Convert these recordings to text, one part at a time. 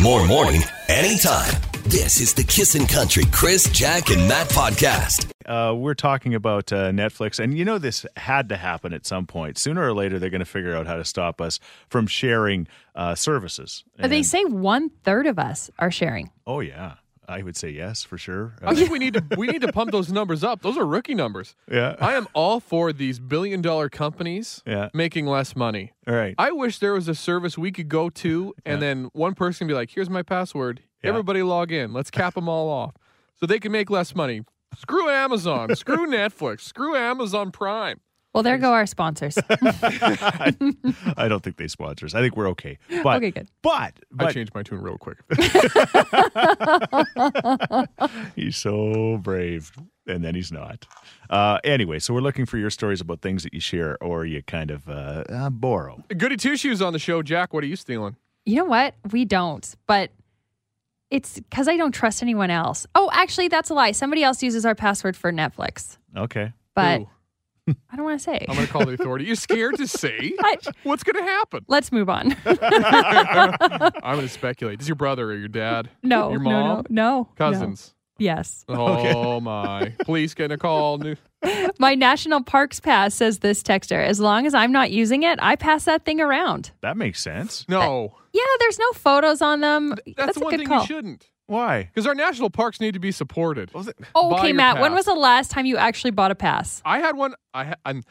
More morning, anytime. This is the Kissin' Country Chris, Jack, and Matt podcast. Uh, we're talking about uh, Netflix, and you know this had to happen at some point. Sooner or later, they're going to figure out how to stop us from sharing uh, services. But they And- say one third of us are sharing. oh yeah, I would say yes for sure. Uh, I think we need to we need to pump those numbers up. Those are rookie numbers. Yeah. I am all for these billion dollar companies Yeah. making less money. all right. I wish there was a service we could go to and then one person be like, "Here's my password. Yeah. Everybody log in. Let's cap them all off." So they can make less money. Screw Amazon, screw Netflix, screw Amazon Prime. Well, there go our sponsors. I don't think they sponsor us. I think we're okay. But, Okay, good. But, I but changed my tune real quick. He's so brave. And then he's not. Uh, anyway, so we're looking for your stories about things that you share or you kind of uh, uh, borrow. Goody two shoes on the show, Jack. What are you stealing? You know what? We don't, but it's because I don't trust anyone else. Oh, actually, that's a lie. Somebody else uses our password for Netflix, Okay. but Ooh, I don't want to say. I'm gonna call the authority. You're scared to say I- what's gonna happen. Let's move on. I'm going to speculate. Does your brother or your dad? no, Your no, mom? no, no. Cousins? no. Yes. Oh, my. Police getting a call. New- My national parks pass says this texter. As long as I'm not using it, I pass that thing around. That makes sense. No. Yeah, there's no photos on them. That's, That's, the a one good thing call. you shouldn't. Why? Because our national parks need to be supported. Oh, Buy okay, your Matt. When pass. was the last time you actually bought a pass? I had one. I ha- I'm,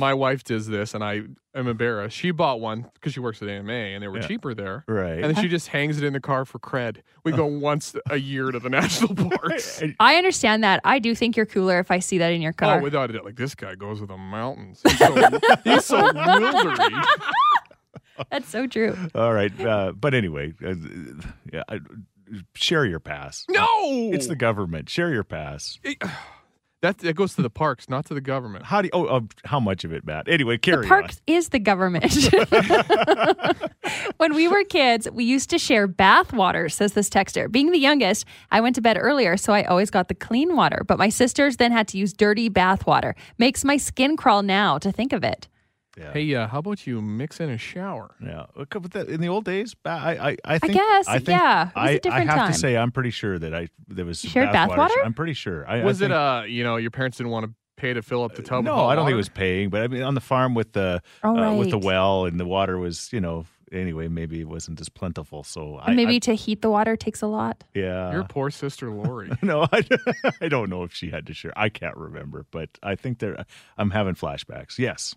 My wife does this, and I am embarrassed. She bought one because she works at AMA, and they were Yeah. cheaper there. Right. And then she just hangs it in the car for cred. We go once a year to the national parks. I understand that. I do think you're cooler if I see that in your car. Oh, without a doubt. Like, this guy goes to the mountains. He's so, he's so wildery. That's so true. All right. Uh, but anyway, uh, yeah, I, share your pass. No! It's the government. Share your pass. That that goes to the parks, not to the government. How do you, oh, uh, how much of it, Matt? Anyway, carry Parks is the government. when we were kids, we used to share bath water, says this texter. Being the youngest, I went to bed earlier, so I always got the clean water, but my sisters then had to use dirty bath water. Makes my skin crawl now to think of it. Yeah. Hey, uh, how about you mix in a shower? on. Yeah. Okay, but that, in the old days, ba- I, I, I think. guess, I think, yeah, it was a I, I different have time. to say, I'm pretty sure that I there was some shared bathwater. bathwater? I'm pretty sure. I, was I it think- uh you know your parents didn't want to pay to fill up the tub? with No, hot I don't think water? it was paying, but I mean, on the farm with the Oh, uh, with the right. well and the water was, you know, anyway, maybe it wasn't as plentiful. So I, Maybe to heat the water takes a lot. I, yeah, Your poor sister Lori. no, I, I don't know if she had to share. I can't remember, but I think there. I'm having flashbacks. Yes,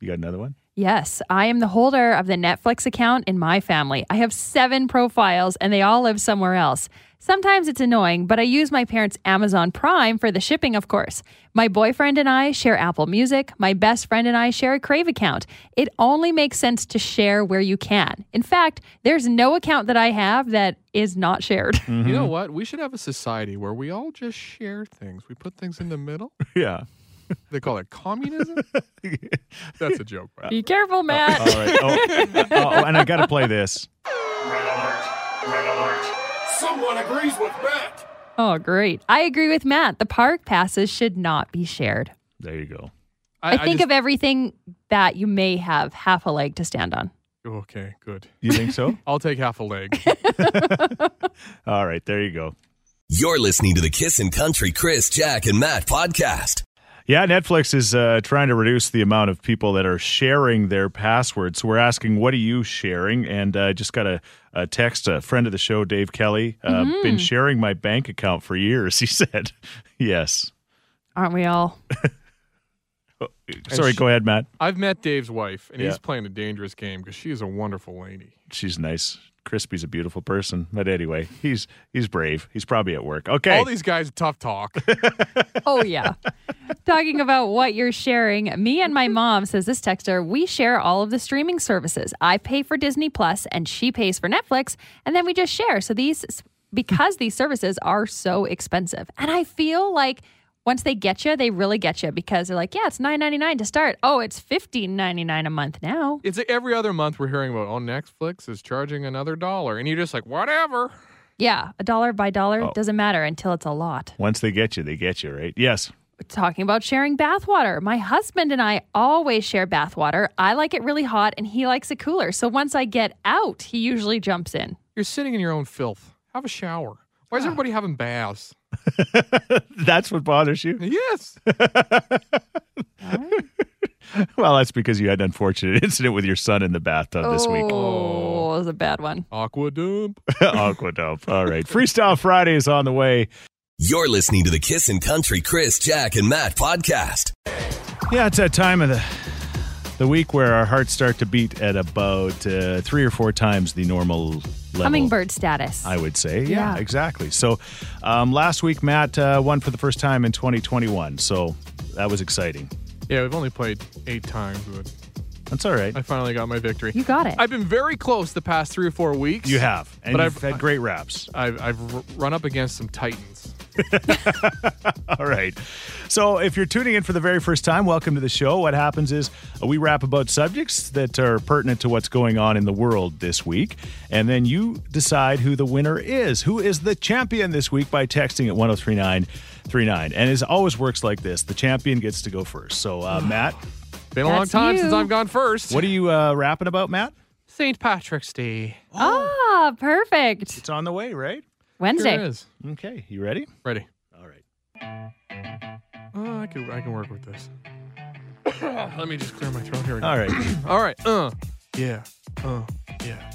you got another one. Yes, I am the holder of the Netflix account in my family. I have seven profiles and they all live somewhere else. Sometimes it's annoying, but I use my parents' Amazon Prime for the shipping, of course. My boyfriend and I share Apple Music. My best friend and I share a Crave account. It only makes sense to share where you can. In fact, there's no account that I have that is not shared. You Mm-hmm. know what? We should have a society where we all just share things. We put things in the middle. Yeah. They call it communism. That's a joke. By the way. Be careful, Matt. All right. Oh, oh, oh, and I got to play this. Someone agrees with Matt. Oh, great. I agree with Matt. The park passes should not be shared. There you go. I, I, think of everything that you may have half a leg to stand on. of okay, good. You think so? I'll take half a leg. All right. There you go. You're listening to the Kissin' Country Chris, Jack, and Matt podcast. Yeah, Netflix is uh, trying to reduce the amount of people that are sharing their passwords. So we're asking, what are you sharing? And uh, I just got a, a text, a friend of the show, Dave Kelly, uh, been sharing my bank account for years. He said, yes. Aren't we all? Sorry, sh- go ahead, Matt. I've met Dave's wife, and Yeah. he's playing a dangerous game because she is a wonderful lady. She's nice. Crispy's a beautiful person, but anyway, he's he's brave. He's probably at work. Okay, All these guys, tough talk. Oh, yeah. Talking about what you're sharing, me and my mom, says this texter, we share all of the streaming services. I pay for Disney Plus and she pays for Netflix, and then we just share. So these, because these services are so expensive. And I feel like once they get you, they really get you because they're like, yeah, it's $9.99 to start. Oh, it's $15.99 a month now. It's like every other month we're hearing about, oh, Netflix is charging another dollar. And you're just like, whatever. Yeah, a dollar by dollar doesn't matter until it's a lot. once they get you, they get you, right? Yes. talking about sharing bathwater. My husband and I always share bathwater. I like it really hot and he likes it cooler. So once I get out, he usually jumps in. You're sitting in your own filth. Have a shower. Why is Ah. everybody having baths? That's what bothers you. Yes. Well, that's because you had an unfortunate incident with your son in the bathtub this week. Oh, it was a bad one. Aqua dump. Aqua dope. All right. Freestyle Friday is on the way. You're listening to the Kissin' Country Chris, Jack, and Matt podcast. Yeah, it's that time of the the week where our hearts start to beat at about uh, three or four times the normal level. Hummingbird status. I would say. Yeah, Yeah. exactly. So um, last week, Matt uh, won for the first time in 2021. So that was exciting. Yeah, we've only played eight times, but That's all right. I finally got my victory. you got it. I've been very close the past three or four weeks. You have. And But you've I've- had great raps. I've, I've r- run up against some titans. All right. So, if you're tuning in for the very first time, welcome to the show. What happens is uh, we rap about subjects that are pertinent to what's going on in the world this week. And then you decide who the winner is. Who is the champion this week by texting at 103939. And as always works like this, the champion gets to go first. So, uh, Matt, Been a long That's time you. since I've gone first. what are you uh, rapping about, Matt? St. Patrick's Day. ah, perfect. It's on the way, right? Sure Wednesday. is. Okay. You ready? Ready. All right. Uh, I can I can work with this. Let me just clear my throat here. Again. All right. All right. Uh. Yeah. Uh. Yeah.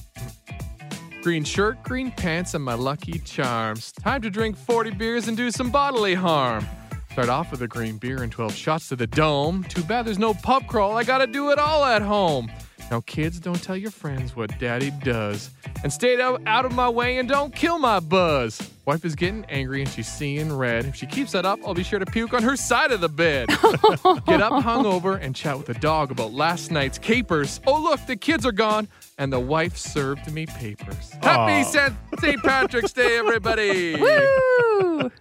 Green shirt, green pants, and my lucky charms. Time to drink 40 beers and do some bodily harm. Start off with a green beer and 12 shots to the dome. Too bad there's no pub crawl. I gotta do it all at home. Now, kids, don't tell your friends what daddy does. And stay out, out of my way and don't kill my buzz. Wife is getting angry and she's seeing red. If she keeps that up, I'll be sure to puke on her side of the bed. Get up hungover and chat with the dog about last night's capers. Oh, look, the kids are gone, and the wife served me papers. Happy St. St. Patrick's Day, everybody! Woo!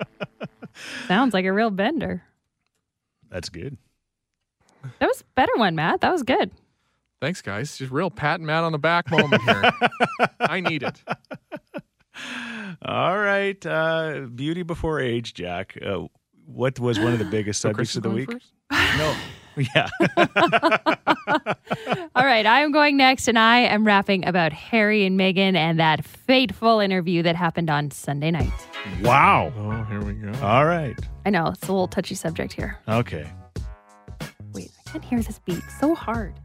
Sounds like a real bender. That's good. That was a better one, Matt. That was good. Thanks, guys. Just real pat and Matt on the back moment here. I need it. All right. Uh, beauty before age, Jack. Uh, what was one of the biggest subjects Chris of the going week? first? No. Yeah. All right, I am going next, and I am rapping about Harry and Meghan and that fateful interview that happened on Sunday night. wow. Oh, here we go. All right. I know it's a little touchy subject here. Okay. Wait, I can't hear this beat so hard.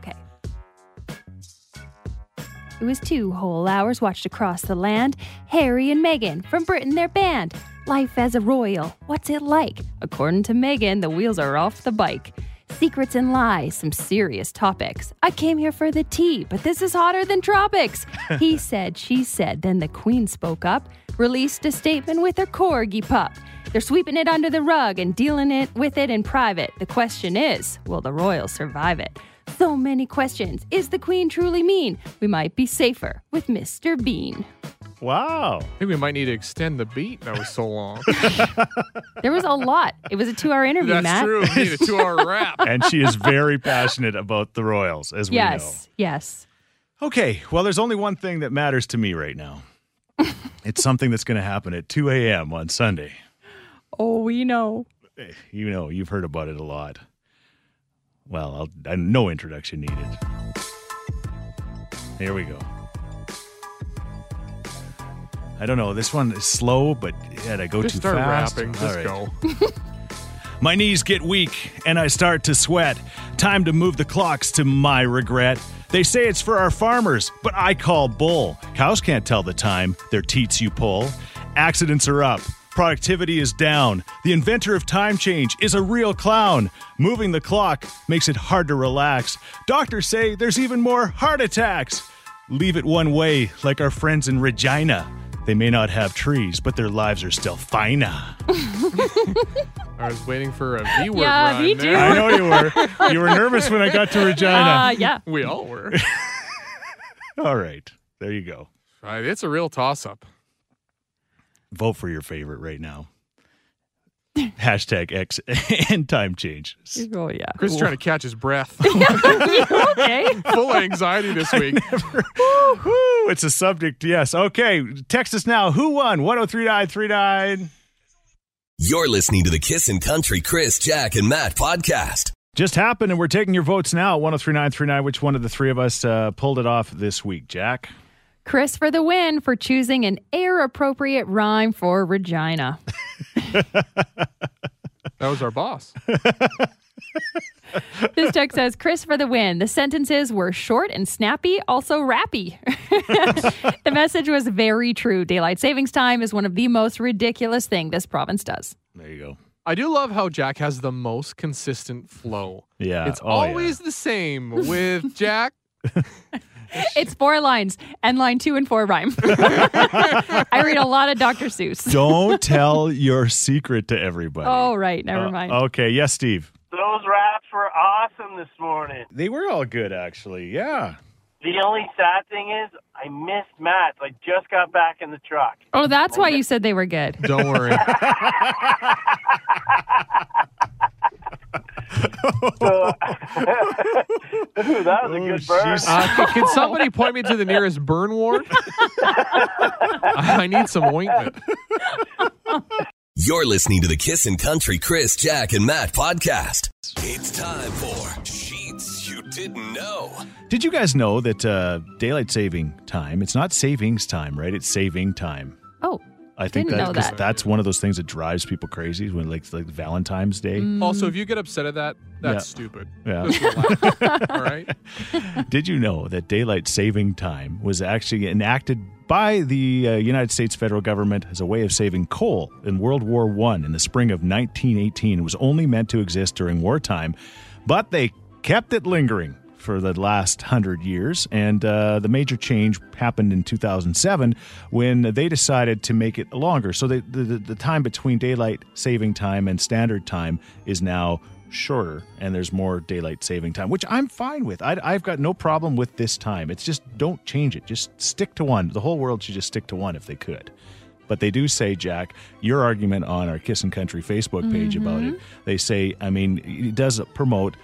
okay. It was two whole hours watched across the land. Harry and Meghan from Britain, their band. Life as a royal, what's it like? According to Meghan, the wheels are off the bike. Secrets and lies, some serious topics. I came here for the tea, but this is hotter than tropics. he said, she said. Then the Queen spoke up, released a statement with her corgi pup. They're sweeping it under the rug and dealing it with it in private. The question is, will the royals survive it? So many questions. Is the queen truly mean? We might be safer with Mr. Bean. Wow. I think we might need to extend the beat that was so long. There was a lot. It was a two-hour interview, That's Matt. true. We need a two hour wrap. And she is very passionate about the Royals, as we Yes, yes. know. Okay. Well, there's only one thing that matters to me right now. it's something that's going to happen at 2 a.m. on Sunday. Oh, we know. Eh, You know, you've heard about it a lot. Well, I'll, I, no introduction needed. Here we go. I don't know. This one is slow, but had I go Just too start fast. rapping. All Just right. go. My knees get weak and I start to sweat. Time to move the clocks to my regret. They say it's for our farmers, but I call bull. Cows can't tell the time, their teats you pull. Accidents are up, productivity is down. The inventor of time change is a real clown. Moving the clock makes it hard to relax. Doctors say there's even more heart attacks. Leave it one way, like our friends in Regina. They may not have trees, but their lives are still finer. I was waiting for a V word Yeah, rhyme me there. I know you were. You were nervous when I got to Regina. Uh, yeah. We all were. Uh, All right. There you go. Right, it's a real toss up. Vote for your favorite right now. Hashtag X and time change. Oh, yeah. Chris is trying to catch his breath. okay. Full anxiety this week. Woo, it's a subject. Yes. Okay. Text us now. Who won? 103939. You're listening to the Kissin' Country Chris, Jack, and Matt podcast. Just oh happened, and we're taking your votes now. 103939. Which one of the three of us uh, pulled it off this week, Jack? Chris for the win for choosing an air appropriate rhyme for Regina. That was our boss. This text says, Chris for the win. The sentences were short and snappy, also rappy. the message was very true. Daylight savings time is one of the most ridiculous thing this province does. There you go. I do love how Jack has the most consistent flow. Yeah. It's Oh, yeah. always the same with Jack. It's four lines, and line two and four rhyme. I read a lot of Dr. Seuss. Don't tell your secret to everybody. Oh, right. Never Uh, mind. Okay. Yes, Steve. Those raps were awesome this morning. They were all good, actually. Yeah. The only sad thing is I missed Matt. I just got back in the truck. Oh, that's why you said they were good. Don't worry. Ooh, that was a Oh, good burn. she's- Uh, c- can somebody point me to the nearest burn ward? I I need some ointment. You're listening to the Kissin' Country Chris, Jack, and Matt podcast. It's time for Sheets You Didn't Know. Did you guys know that uh, daylight saving time? It's not savings time, right? It's saving time. Oh, I think Didn't that, know 'cause that. that's one of those things that drives people crazy when like like Valentine's Day. Also, if you get upset at that, that's Yeah. stupid. Yeah. Just relax, All right. Did you know that daylight saving time was actually enacted by the uh, United States federal government as a way of saving coal in World War One in the spring of 1918? It was only meant to exist during wartime, but they kept it lingering for the last hundred years. And uh, the major change happened in 2007 when they decided to make it longer. So they, the, the, the time between daylight saving time and standard time is now shorter and there's more daylight saving time, which I'm fine with. I, I've got no problem with this time. It's just don't change it. Just stick to one. The whole world should just stick to one if they could. But they do say, Jack, your argument on our Kiss and Country Facebook page about it, they say, I mean, it does promote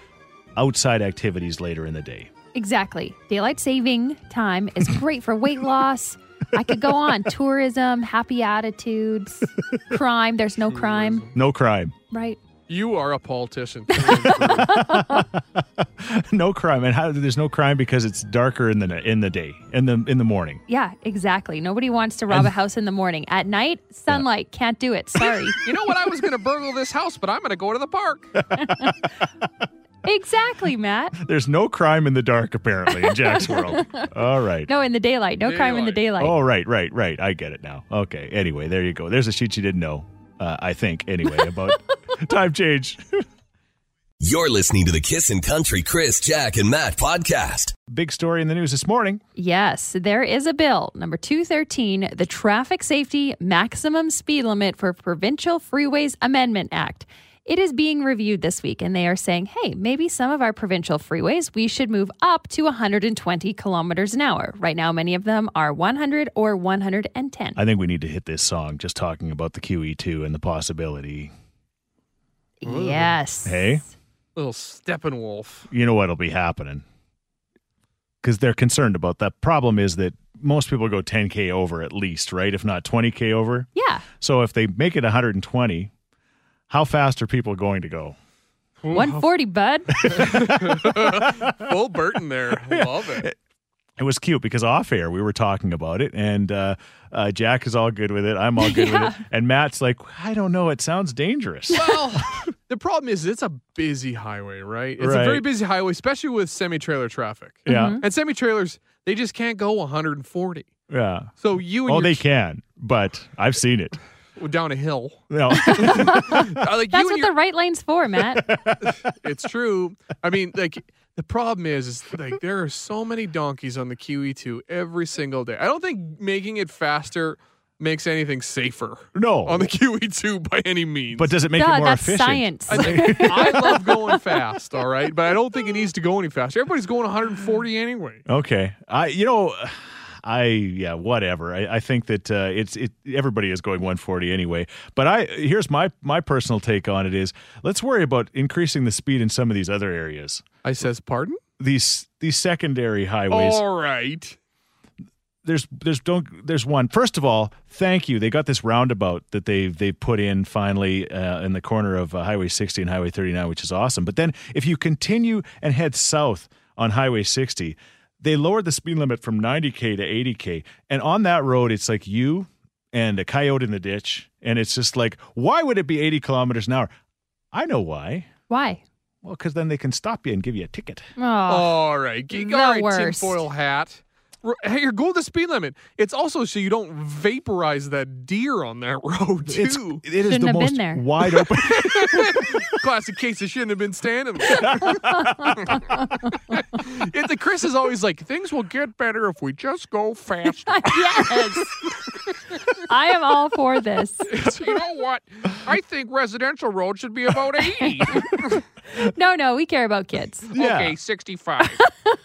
outside activities later in the day. Exactly. Daylight saving time is great for weight loss. I could go on. Tourism, happy attitudes, crime. There's no crime, No crime. right? You are a politician. through and through. no crime. And how there's no crime because it's darker in the in the day, in the in the morning. Yeah, exactly. Nobody wants to rob a house in the morning. At night, sunlight can't do it. Sorry. you know what? I was going to burgle this house, but I'm going to go to the park. exactly, Matt. There's no crime in the dark apparently in Jack's world. All right. No, in the daylight. No crime in the daylight. Oh, right, right, right. I get it now. Okay. Anyway, there you go. There's a sheet you didn't know, uh, I think, anyway, about time change. You're listening to the Kissin' Country Chris, Jack, and Matt podcast. Big story in the news this morning. Yes, there is a bill, number 213, the Traffic Safety Maximum Speed Limit for Provincial Freeways Amendment Act. It is being reviewed this week, and they are saying, hey, maybe some of our provincial freeways we should move up to 120 kilometers an hour. Right now, many of them are 100 or 110. I think we need to hit this song just talking about the QE2 and the possibility. yes. Hey, Little Steppenwolf. you know what'll be happening because they're concerned about that. Problem is that most people go 10K over at least, right? If not 20K over. Yeah. So if they make it 120, how fast are people going to go? 140, bud. Full Burton there. Love it. it was cute because off air we were talking about it and uh, uh, jack is all good with it i'm all good with it and matt's like i don't know it sounds dangerous Well, Oh. the problem is it's a busy highway, right? It's a Right. very busy highway, especially with semi trailer traffic. yeah And semi trailers, they just can't go 140. mm-hmm. yeah So you and oh your they ch- can but i've seen it down a hill. no Uh, That's like you what and the right lane's for, Matt. your, it's true. I mean, like the problem is, is like there are so many donkeys on the QE2 every single day. I don't think making it faster makes anything safer on no the QE2 by any means. but does it make Duh, it more that's efficient science. I love going fast, all right, but I don't think it needs to go any faster. Everybody's going 140 anyway. okay i you know I yeah whatever I, I think that uh, it's it everybody is going 140 anyway but I here's my my personal take on it is let's worry about increasing the speed in some of these other areas I says, pardon? these these secondary highways All right. there's there's don't there's one. First of all, thank you. They got this roundabout that they they put in finally uh, in the corner of uh, Highway 60 and Highway 39, which is awesome. But then if you continue and head south on Highway 60, they lowered the speed limit from 90k to 80k and on that road it's like you and a coyote in the ditch and it's just like why would it be 80 kilometers an hour i know why Why? well because then they can stop you and give you a ticket Oh, All right, geek. the All right, worst. tinfoil hat. R- Hey, you're go the speed limit. It's also so you don't vaporize that deer on that road it's too. it is Shouldn't the have been most there. wide open Classic case that shouldn't have been standing. It- the Chris is always like, things will get better if we just go fast. yes. I am all for this. you know what? I think residential road should be about eighty. No, no, we care about kids. Yeah. Okay, sixty-five.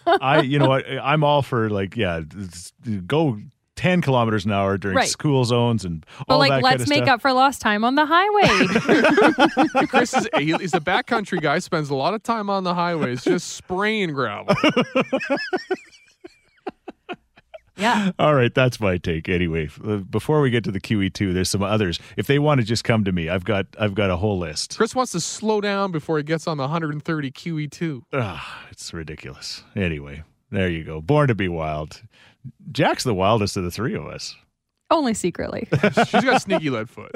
I, you know what, I'm all for like, yeah, s- go 10 kilometers an hour during Right. school zones and But all like, that let's kind of make stuff. up for lost time on the highway. Chris is he, he's a backcountry guy. Spends a lot of time on the highways just spraying gravel. yeah. All right, that's my take. Anyway, F- uh, before we get to the QE2, there's some others. If they want to just come to me, I've got I've got a whole list. Chris wants to slow down before he gets on the 130 QE2. Ah, it's ridiculous. Anyway, there you go. Born to be wild. Jack's the wildest of the three of us. Only secretly. She's got sneaky lead foot.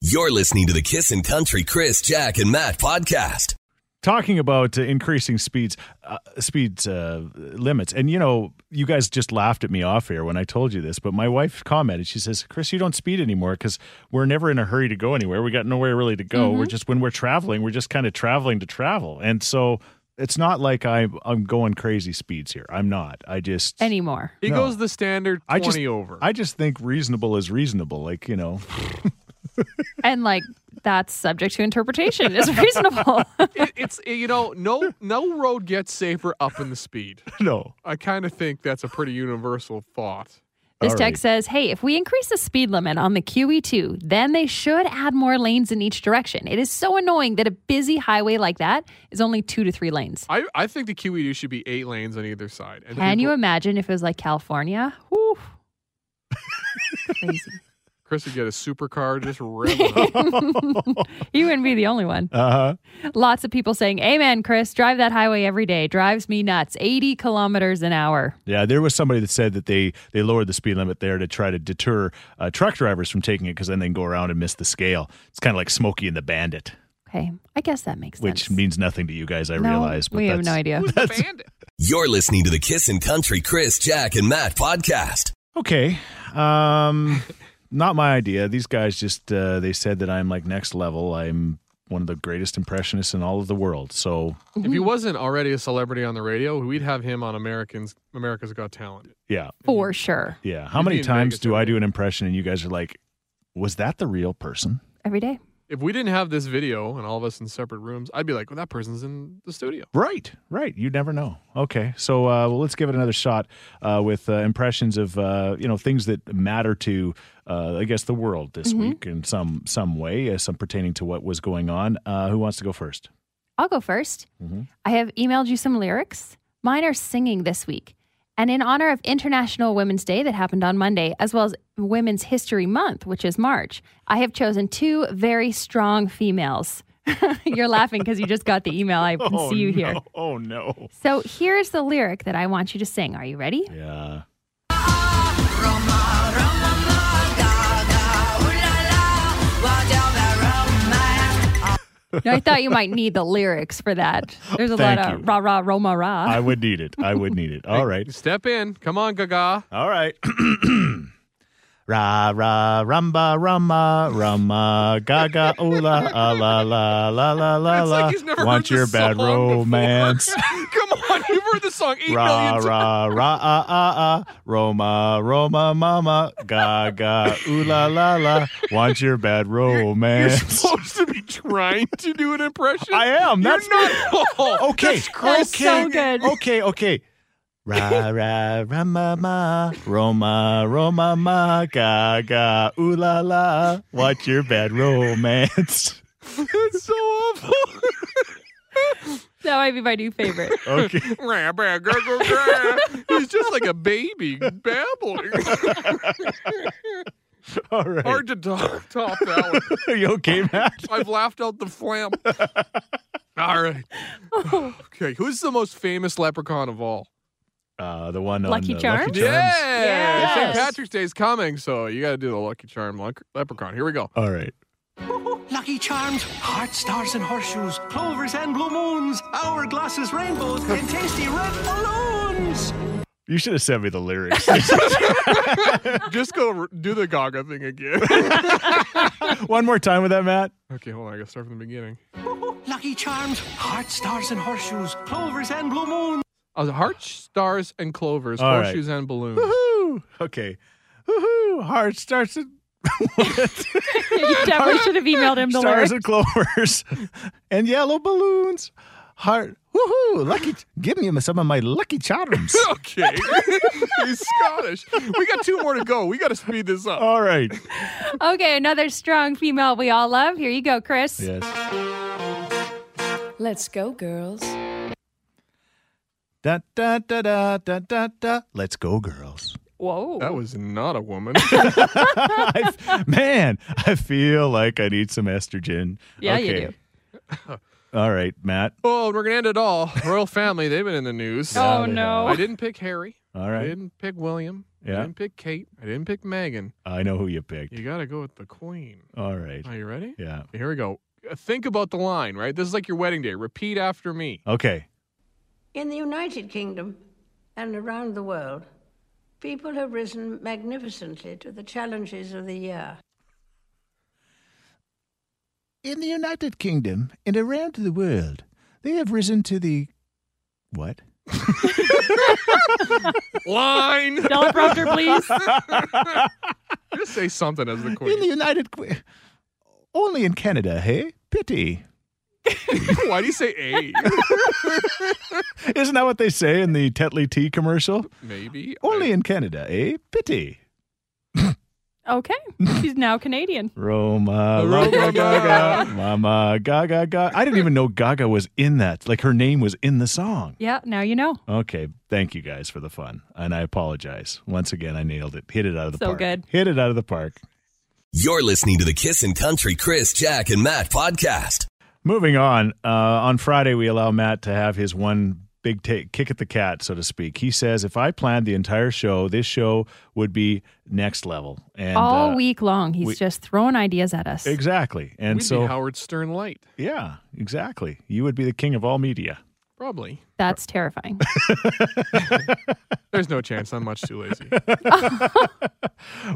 You're listening to the Kissin' Country Chris, Jack, and Matt podcast. talking about uh, increasing speeds uh, speeds uh, limits and you know you guys just laughed at me off here when i told you this but my wife commented she says chris you don't speed anymore because we're never in a hurry to go anywhere we got nowhere really to go we're just when we're traveling we're just kind of traveling to travel and so it's not like I, i'm going crazy speeds here i'm not i just Anymore. He No. goes the standard 20 I just over. I just think reasonable is reasonable. Like you know, And like, that's subject to interpretation is reasonable. It- it's eh, you know no no road gets safer up in the speed. no. I kind of think that's a pretty universal thought. This All text right. says, hey, if we increase the speed limit on the QE2, then they should add more lanes in each direction. It is so annoying that a busy highway like that is only two to three lanes. I, I think the QE2 should be eight lanes on either side. And Can you people- imagine if it was like California? Whew. Crazy. Chris would get a supercar just revving up. You wouldn't be the only one. Uh huh. Lots of people saying, Amen, Chris, drive that highway every day. Drives me nuts. 80 kilometers an hour. Yeah, there was somebody that said that they they lowered the speed limit there to try to deter uh, truck drivers from taking it because then they can go around and miss the scale. It's kind of like Smokey and the Bandit, Okay. I guess that makes which sense. means nothing to you guys, I No, realize. But we have that's- no idea. Who's the bandit? You're listening to the Kissin' Country Chris, Jack, and Matt podcast. Okay, um, not my idea. These guys just uh, they said that I'm like next level. I'm one of the greatest impressionists in all of the world. So If he wasn't already a celebrity on the radio, we'd have him on Americans America's Got Talent. yeah, For sure. yeah. How You'd be many in times Vegas do every I day. do an impression and you guys are like, was that the real person? Every day. If we didn't have this video and all of us in separate rooms, I'd be like, well, that person's in the studio. Right, right. You never know. Okay, so uh, well, let's give it another shot uh, with uh, impressions of uh, you know things that matter to uh, I guess the world this Mm-hmm. week in some some way, uh, some pertaining to what was going on. Uh, who wants to go first? I'll go 1st Mm-hmm. I have emailed you some lyrics. Mine are singing this week. And in honor of International Women's Day that happened on Monday, as well as Women's History Month, which is March, I have chosen two very strong females. You're laughing because you just got the email. I can see you here. Oh no. So here's the lyric that I want you to sing. Are you ready? Yeah. No, I thought you might need the lyrics for that. There's a Thank lot you. of rah rah roma rah. I would need it. I would need it. All right. Step in. Come on, Gaga. All right. Ra ra rumba rumba rumma gaga oola ah, la la la la la It's la. like he's never Want heard your this bad song romance? Before. Come on, you've heard the song eight million Ra times. ra ra ah ah ah. Roma Roma mama gaga ooh la la la. Want your bad You're romance? supposed to be trying to do an impression. I am. You're That's not. Oh, okay. that's Okay. That's so good. Okay. Okay. Ra ra ra ma ma Roma Roma ma gaga ooh la la. Want your bad romance? That's so awful. that might be my new favorite. Okay. Rah, rah, grr, grr, grr. He's just like a baby babbling. All right. Hard to top, top that one. Are you okay, Matt? I've laughed out the flamp. All right. okay. Who's the most famous leprechaun of all? Uh, the one Lucky on uh, Charms? Lucky Charms. Yeah. Yes. St. Patrick's Day's coming, so you got to do the Lucky Charm le- leprechaun. Here we go. All right. Lucky Charms, heart stars and horseshoes, clovers and blue moons, hourglasses, rainbows, and tasty red balloons. You should have sent me the lyrics. Just go r do the Gaga thing again. one more time with that, Matt. okay, hold on. I got to start from the beginning. Lucky Charms, heart stars and horseshoes, clovers and blue moons. I was Oh, heart stars and clovers, All right. horseshoes and balloons. Woohoo! Okay. Woohoo! Heart starts at you definitely should have emailed him the stars lyrics. and clovers and yellow balloons. Heart. Woohoo! Lucky. Give me some of my lucky charms. okay. He's Scottish. We got two more to go. We got to speed this up. All right. Okay, another strong female we all love. Here you go, Chris. Yes. Let's go, girls. Da da da da da da da. Let's go, girls. Whoa. That was not a woman. I f- man, I feel like I need some estrogen. Yeah, you do. All right, Matt. well, we're going to end it all. Royal family, they've been in the news. oh, they no. I didn't pick Harry. All I right. didn't pick William. Yeah. I didn't pick Kate. I didn't pick Megan. I know who you picked. You got to go with the queen. All right. Are you ready? Yeah. Here we go. Uh, Think about the line, right? This is like your wedding day. Repeat after me. Okay. In the United Kingdom and around the world, people have risen magnificently to the challenges of the year. In the United Kingdom and around the world, they have risen to the what? Line. Teleprompter, please. Just say something as the In the queen. United Qu- only in Canada, hey? Pity. Why do you say a? Isn't that what they say in the Tetley tea commercial? Maybe. Only in Canada, eh? Pity. Okay. She's now Canadian. Roma, Roma Roma Gaga, Gaga. Mama Gaga Gaga. I didn't even know Gaga was in that. Like her name was in the song. Yeah, now you know. Okay, thank you guys for the fun, and I apologize once again. I nailed it, hit it out of the So park. good. hit it out of the park. You're listening to the Kissin' Country Chris, Jack, and Matt podcast. Moving on. Uh, on Friday, we allow Matt to have his one big take, kick at the cat, so to speak. He says, "If I planned the entire show, this show would be next level." And All uh, week long, he's we- just throwing ideas at us. exactly, and We'd so be Howard Stern light. yeah, exactly. You would be the king of all media. Probably. That's terrifying. There's no chance. I'm much too lazy.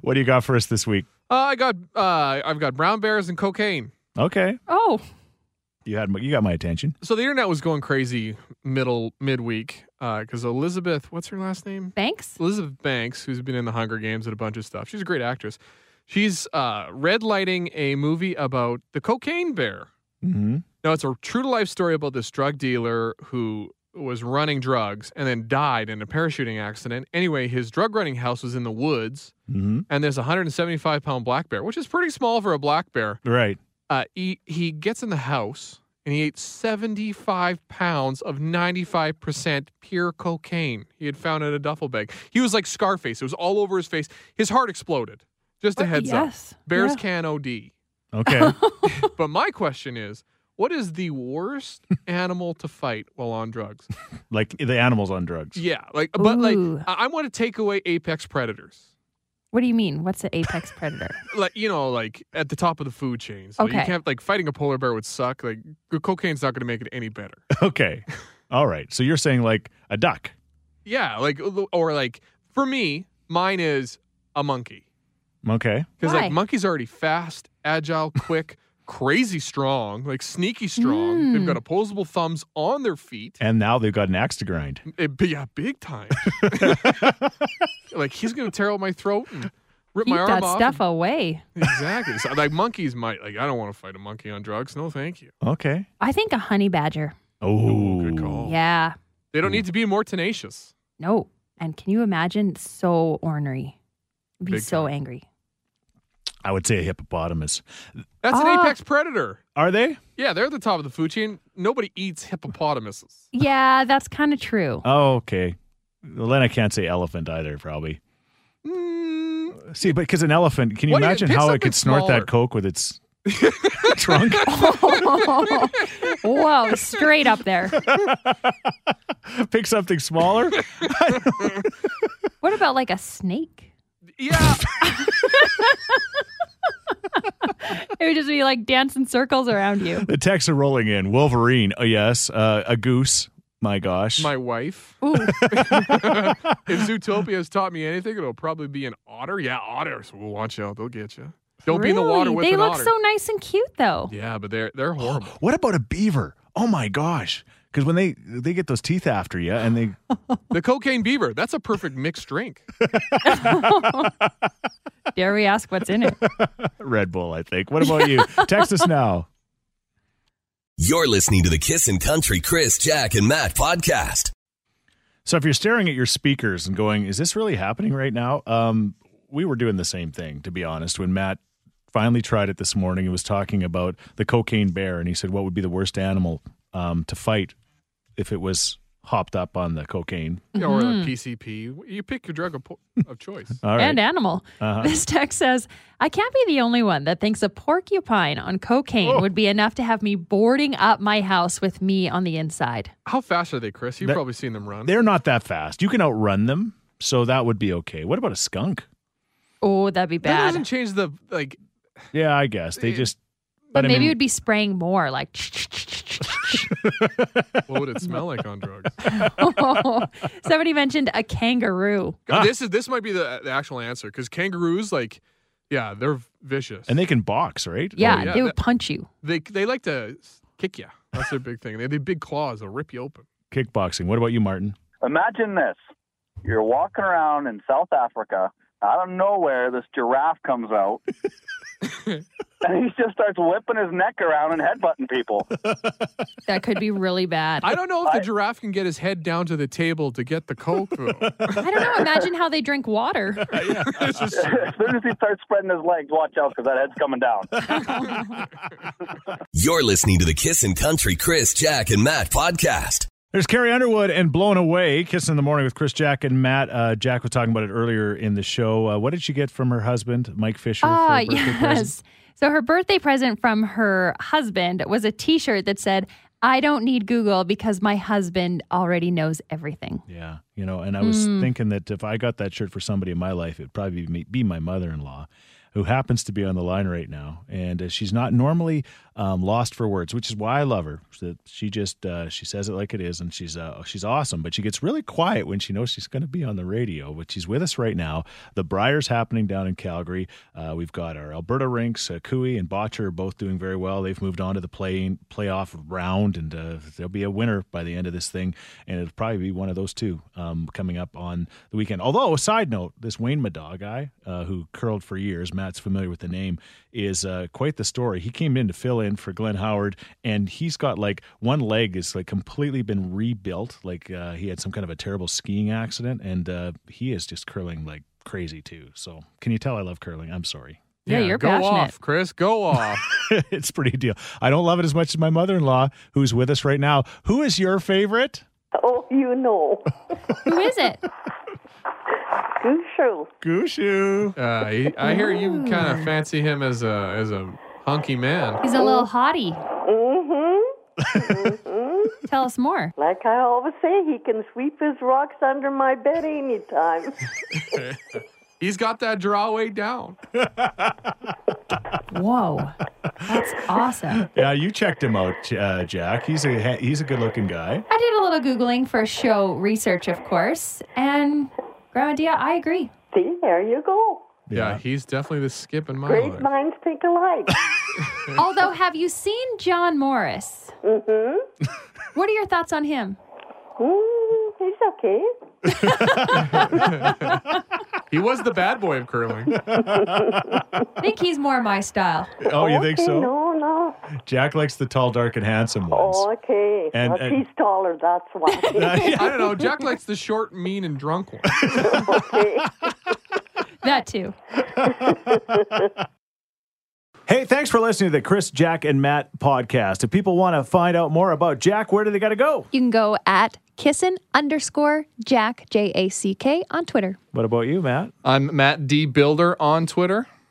What do you got for us this week? Uh, I got. Uh, I've got brown bears and cocaine. Okay, Oh, you had my- you got my attention. So the internet was going crazy middle midweek because Elizabeth, what's her last name? thanks. Elizabeth Banks, who's been in the Hunger Games and a bunch of stuff. She's a great actress. She's uh, red lighting a movie about the cocaine bear. hmm Now it's a true to life story about this drug dealer who was running drugs and then died in a parachuting accident. Anyway, his drug running house was in the woods, hmm and there's a 175 pound black bear, which is pretty small for a black bear. Right. Uh, he, he gets in the house and he ate 75 pounds of 95% pure cocaine he had found in a duffel bag. He was like Scarface, it was all over his face. His heart exploded. Just a heads yes. up. Bears Yeah. can OD. Okay. But my question is what is the worst animal to fight while on drugs? like the animals on drugs. Yeah, like, but Ooh. like, I, I want to take away apex predators. What do you mean? What's an apex predator? like you know, like at the top of the food chain. So Okay. you can't like fighting a polar bear would suck. Like c- cocaine's not going to make it any better. Okay. All right. So you're saying like a duck. yeah, like or like for me, mine is a monkey Okay. because Why? like monkeys are already fast, agile, quick, crazy strong, like sneaky strong. Hmm. They've got opposable thumbs on their feet. And now they've got an axe to grind. It, be- Eh, yeah, big time. like he's going to tear out my throat and rip Keep my arm that off. stuff away. Exactly. So, like monkeys might like I don't want to fight a monkey on drugs. No, thank you. Okay. I think a honey badger. Oh, good call. Yeah. They don't need to be more tenacious. No. And can you imagine? It's so ornery. I'd Be Big so time. angry. I would say a hippopotamus. That's an Ah. apex predator. Are they? Yeah, they're at the top of the food chain. Nobody eats hippopotamuses. Yeah, that's kind of true. Oh, okay. Well, then I can't say elephant either, probably. Mm, See, but because an elephant, can you What do you- imagine Mm. pick how it something could snort smaller. that coke with its Drunk? Whoa, straight up there. Pick something smaller? What about like a snake? Yeah. It would just be like dancing circles around you. The texts are rolling in. Wolverine, oh, yes. Uh, a goose. My gosh. My wife. Ooh, If Zootopia has taught me anything, it'll probably be an otter. Yeah, otters will watch out. They'll get you. Don't be in the water really? with They an look otter. so nice and cute though. yeah, but they're they're horrible. what about a beaver? Oh my gosh. Because when they they get those teeth after you and they the cocaine beaver. That's a perfect mixed drink. Dare we ask what's in it? Red Bull, I think. What about you? Text us now. You're listening to the Kissin' Country Chris, Jack, and Matt podcast. So if you're staring at your speakers and going, "Is this really happening right now?" Um, we were doing the same thing, to be honest. When Matt finally tried it this morning, he was talking about the cocaine bear, and he said, "What would be the worst animal um, to fight if it was hopped up on the cocaine?" Yeah, Or a Mm-hmm. PCP. You pick your drug of, po- of choice. All right, And animal. Uh-huh. This text says, I can't be the only one that thinks a porcupine on Oh. cocaine would be enough to have me boarding up my house with me on the inside. How fast are they, Chris? You've That- probably seen them run. they're not that fast. You can outrun them, so that would be okay. What about a skunk? Oh, that'd be That bad. doesn't change the like. Yeah, I guess they just. Mm. But I maybe mean- it would be spraying more like What would it smell like on drugs? Ah. somebody mentioned a kangaroo. God, This is this might be the, the actual answer because kangaroos, like, yeah, they're vicious And they can box, right? Oh, Yeah, yeah, they would that- punch you. they they like to s- kick you. That's their big thing. They have the big claws. They'll rip you open. Kickboxing. What about you, Martin? Imagine this. You're walking around in South Africa. Out of nowhere, this giraffe comes out. and he just starts whipping his neck around and headbutting people. That could be really bad. I don't know if the giraffe can get his head down to the table to get the coke. though. I don't know. Imagine how they drink water. This as is- soon as he starts spreading his legs, watch out because that head's coming down. You're listening to the Kissin' Country Chris, Jack, and Matt podcast. There's Carrie Underwood and Blown Away, Kissing in the Morning with Chris, Jack, and Matt. Uh, Jack was talking about it earlier in the show. Uh, what did she get from her husband, Mike Fisher? for Ah, a birthday present? yes. So her birthday present from her husband was a t shirt that said, I don't need Google because my husband already knows everything. Yeah, you know, and I was thinking that if I got that shirt for somebody in my life, it'd probably be, me- be my mother-in-law, who happens to be on the line right now, and uh, she's not normally um, lost for words, which is why I love her. That she just uh, she says it like it is, and she's uh, she's awesome. But she gets really quiet when she knows she's going to be on the radio. But she's with us right now. The Briars happening down in Calgary. Uh, we've got our Alberta rinks, uh, Cooey and Botcher are both doing very well. They've moved on to the play playoff round, and uh, there'll be a winner by the end of this thing, and it'll probably be one of those two um, coming up on the weekend. Although, a side note, this Wayne Madaw guy, uh, who curled for years, Matt's familiar with the name, is uh, quite the story. He came in to fill in for Glenn Howard, and he's got like one leg is like completely been rebuilt. Like uh, he had some kind of a terrible skiing accident, and uh, he is just curling like crazy too. So, can you tell I love curling? I'm sorry. Yeah, you're go passionate. off, Chris. Go off. it's pretty deal. I don't love it as much as my mother in law, who's with us right now. Who is your favorite? Oh, you know. Who is it? Crucial. Gushu. Uh, he, I hear you kind of fancy him as a as a hunky man. He's a little hottie. Mm-hmm. Tell us more. Like I always say, he can sweep his rocks under my bed anytime. He's got that draw weight down. Whoa. That's awesome. Yeah, you checked him out, uh, Jack. He's a he's a good looking guy. I did a little Googling for show research, of course. And Grandma Dia, I agree. See, there you go. Yeah, he's definitely the skip in my Great life. minds think alike. Although, have you seen John Morris? mm-hmm. What are your thoughts on him? Mm, he's okay. He was the bad boy of curling. I think he's more my style. Oh, you think Okay, so? No, no. Jack likes the tall, dark, and handsome ones. Uh, Oh, okay. And- Well, and- he's taller, that's why. I don't know. Jack likes the short, mean, and drunk one. okay. That too. Hey, thanks for listening to the Chris, Jack, and Matt podcast. If people want to find out more about Jack, where do they got to go? You can go at kissin underscore Jack, J A C K, on Twitter. What about you, Matt? I'm Matt D Builder on Twitter.